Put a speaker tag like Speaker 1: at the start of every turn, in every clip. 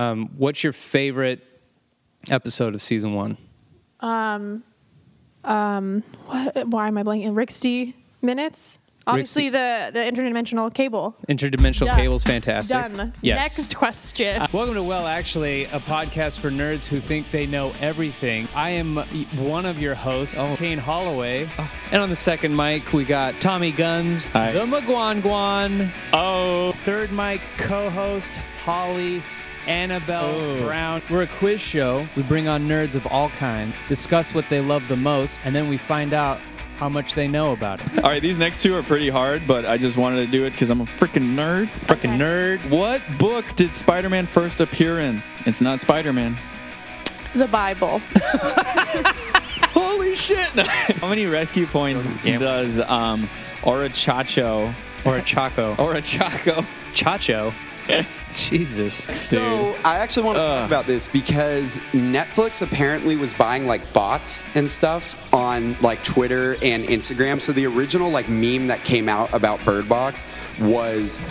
Speaker 1: Um, what's your favorite episode of season one?
Speaker 2: Um, um, what, why am I blanking? Rixty minutes. Obviously, the the interdimensional cable.
Speaker 1: Interdimensional
Speaker 2: Done.
Speaker 1: cable's fantastic.
Speaker 2: Done.
Speaker 1: Yes. Uh,
Speaker 2: Next question.
Speaker 1: Welcome to Well Actually, a podcast for nerds who think they know everything. I am one of your hosts, Kane Holloway. And on the second mic, we got Tommy Guns, the McGuan Guan. Oh. Third mic, co host Holly. Annabelle Brown. We're a quiz show. We bring on nerds of all kinds, discuss what they love the most, and then we find out how much they know about it.
Speaker 3: All right, these next two are pretty hard, but I just wanted to do it because I'm a freaking nerd.
Speaker 1: Freaking
Speaker 2: Okay.
Speaker 1: nerd.
Speaker 3: What book did Spider Man first appear in? It's not Spider Man.
Speaker 2: the Bible.
Speaker 3: Holy shit! How many rescue points does um, Orochacho
Speaker 1: Or a Chaco.
Speaker 3: Orochaco?
Speaker 1: Chacho. Jesus.
Speaker 4: So I actually want to talk about this because Netflix apparently was buying like bots and stuff on like Twitter and Instagram. So the original like meme that came out about Bird Box was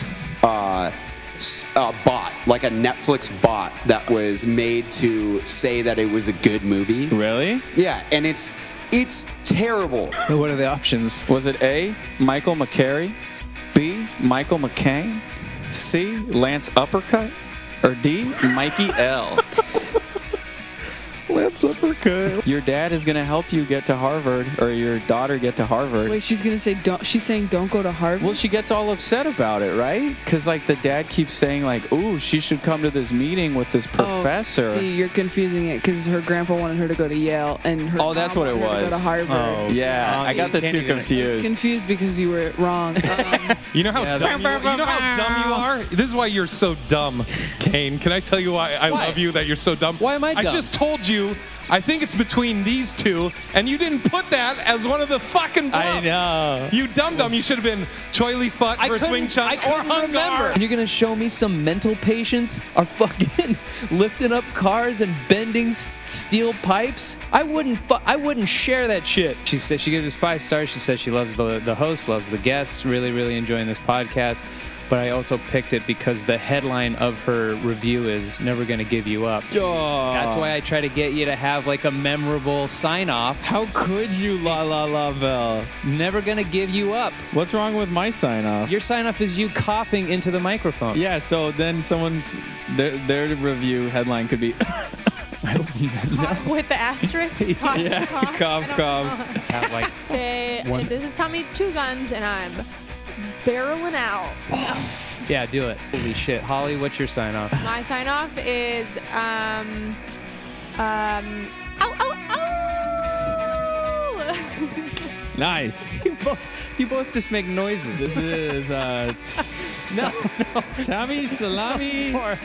Speaker 4: uh, s- a bot, like a Netflix bot that was made to say that it was a good movie.
Speaker 3: Really?
Speaker 4: Yeah, and it's it's terrible.
Speaker 1: What are the options?
Speaker 3: Was it A. Michael McCary, B. Michael McCain, C. Lance Uppercut, or D. Mikey L?
Speaker 1: That's uppercut.
Speaker 3: Your dad is gonna help you get to Harvard, or your daughter get to Harvard.
Speaker 5: Wait, she's gonna say don't. She's saying don't go to Harvard.
Speaker 3: Well, she gets all upset about it, right? Because like the dad keeps saying, like, "Ooh, she should come to this meeting with this
Speaker 5: Oh,
Speaker 3: professor."
Speaker 5: see, you're confusing it because her grandpa wanted her to go to Yale, and her
Speaker 3: Oh, that's
Speaker 5: mom
Speaker 3: what it
Speaker 5: wanted her to
Speaker 3: was.
Speaker 5: go to Harvard.
Speaker 3: yeah,
Speaker 5: Oh,
Speaker 3: I got the
Speaker 1: can't
Speaker 3: two
Speaker 1: even-
Speaker 5: I was
Speaker 3: confused.
Speaker 5: confused because you were wrong. Um,
Speaker 6: You know how
Speaker 1: Yeah,
Speaker 6: dumb you, you know how dumb you are. This is why you're so dumb, Kane. Can I tell you why I
Speaker 3: Why?
Speaker 6: love you that you're so dumb?
Speaker 3: Why am I
Speaker 6: I
Speaker 3: dumb?
Speaker 6: just told you. I think it's between these two, and you didn't put that as one of the fucking. Bluffs.
Speaker 3: I know.
Speaker 6: You dumb dumb. You should have been Choi Lee Fut
Speaker 3: I
Speaker 6: versus
Speaker 3: couldn't-
Speaker 6: Wing Chun
Speaker 3: I
Speaker 6: or
Speaker 3: couldn't
Speaker 6: Hungar.
Speaker 3: remember.
Speaker 7: And you're gonna show me some mental patients are fucking lifting up cars and bending s- steel pipes? I wouldn't. Fu- I wouldn't share that shit.
Speaker 1: She said she gives us five stars. She says she loves the the host, loves the guests, really really enjoying this podcast. But I also picked it because the headline of her review is "Never Gonna Give You Up." That's why I try to get you to have like a memorable sign off.
Speaker 3: How could you, la la la bell?
Speaker 1: Never gonna give you up.
Speaker 3: What's wrong with my sign off?
Speaker 1: Your sign off is you coughing into the microphone.
Speaker 3: Yeah. So then someone's their their review headline could be
Speaker 2: Uh-huh. With the asterisk. Cough,
Speaker 3: Yeah,
Speaker 2: cough,
Speaker 3: cough,
Speaker 2: I don't
Speaker 3: cough.
Speaker 2: know.
Speaker 1: Have, like,
Speaker 2: Say,
Speaker 1: One-
Speaker 2: this is Tommy Two Guns, and I'm barreling out.
Speaker 1: yeah, do it. Holy shit, Holly, what's your sign off?
Speaker 2: My sign off is um um ow ow ow.
Speaker 3: nice.
Speaker 1: You both, you both just make noises.
Speaker 3: This is uh, t-
Speaker 1: No, no,
Speaker 3: Tommy Salami
Speaker 1: more.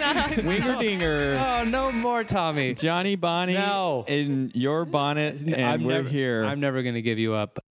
Speaker 3: Winger Dinger.
Speaker 1: Oh, no more, Tommy.
Speaker 3: Johnny Bonnie
Speaker 1: No.
Speaker 3: in your bonnet, and
Speaker 1: I'm
Speaker 3: we're
Speaker 1: never,
Speaker 3: here.
Speaker 1: I'm never going to give you up.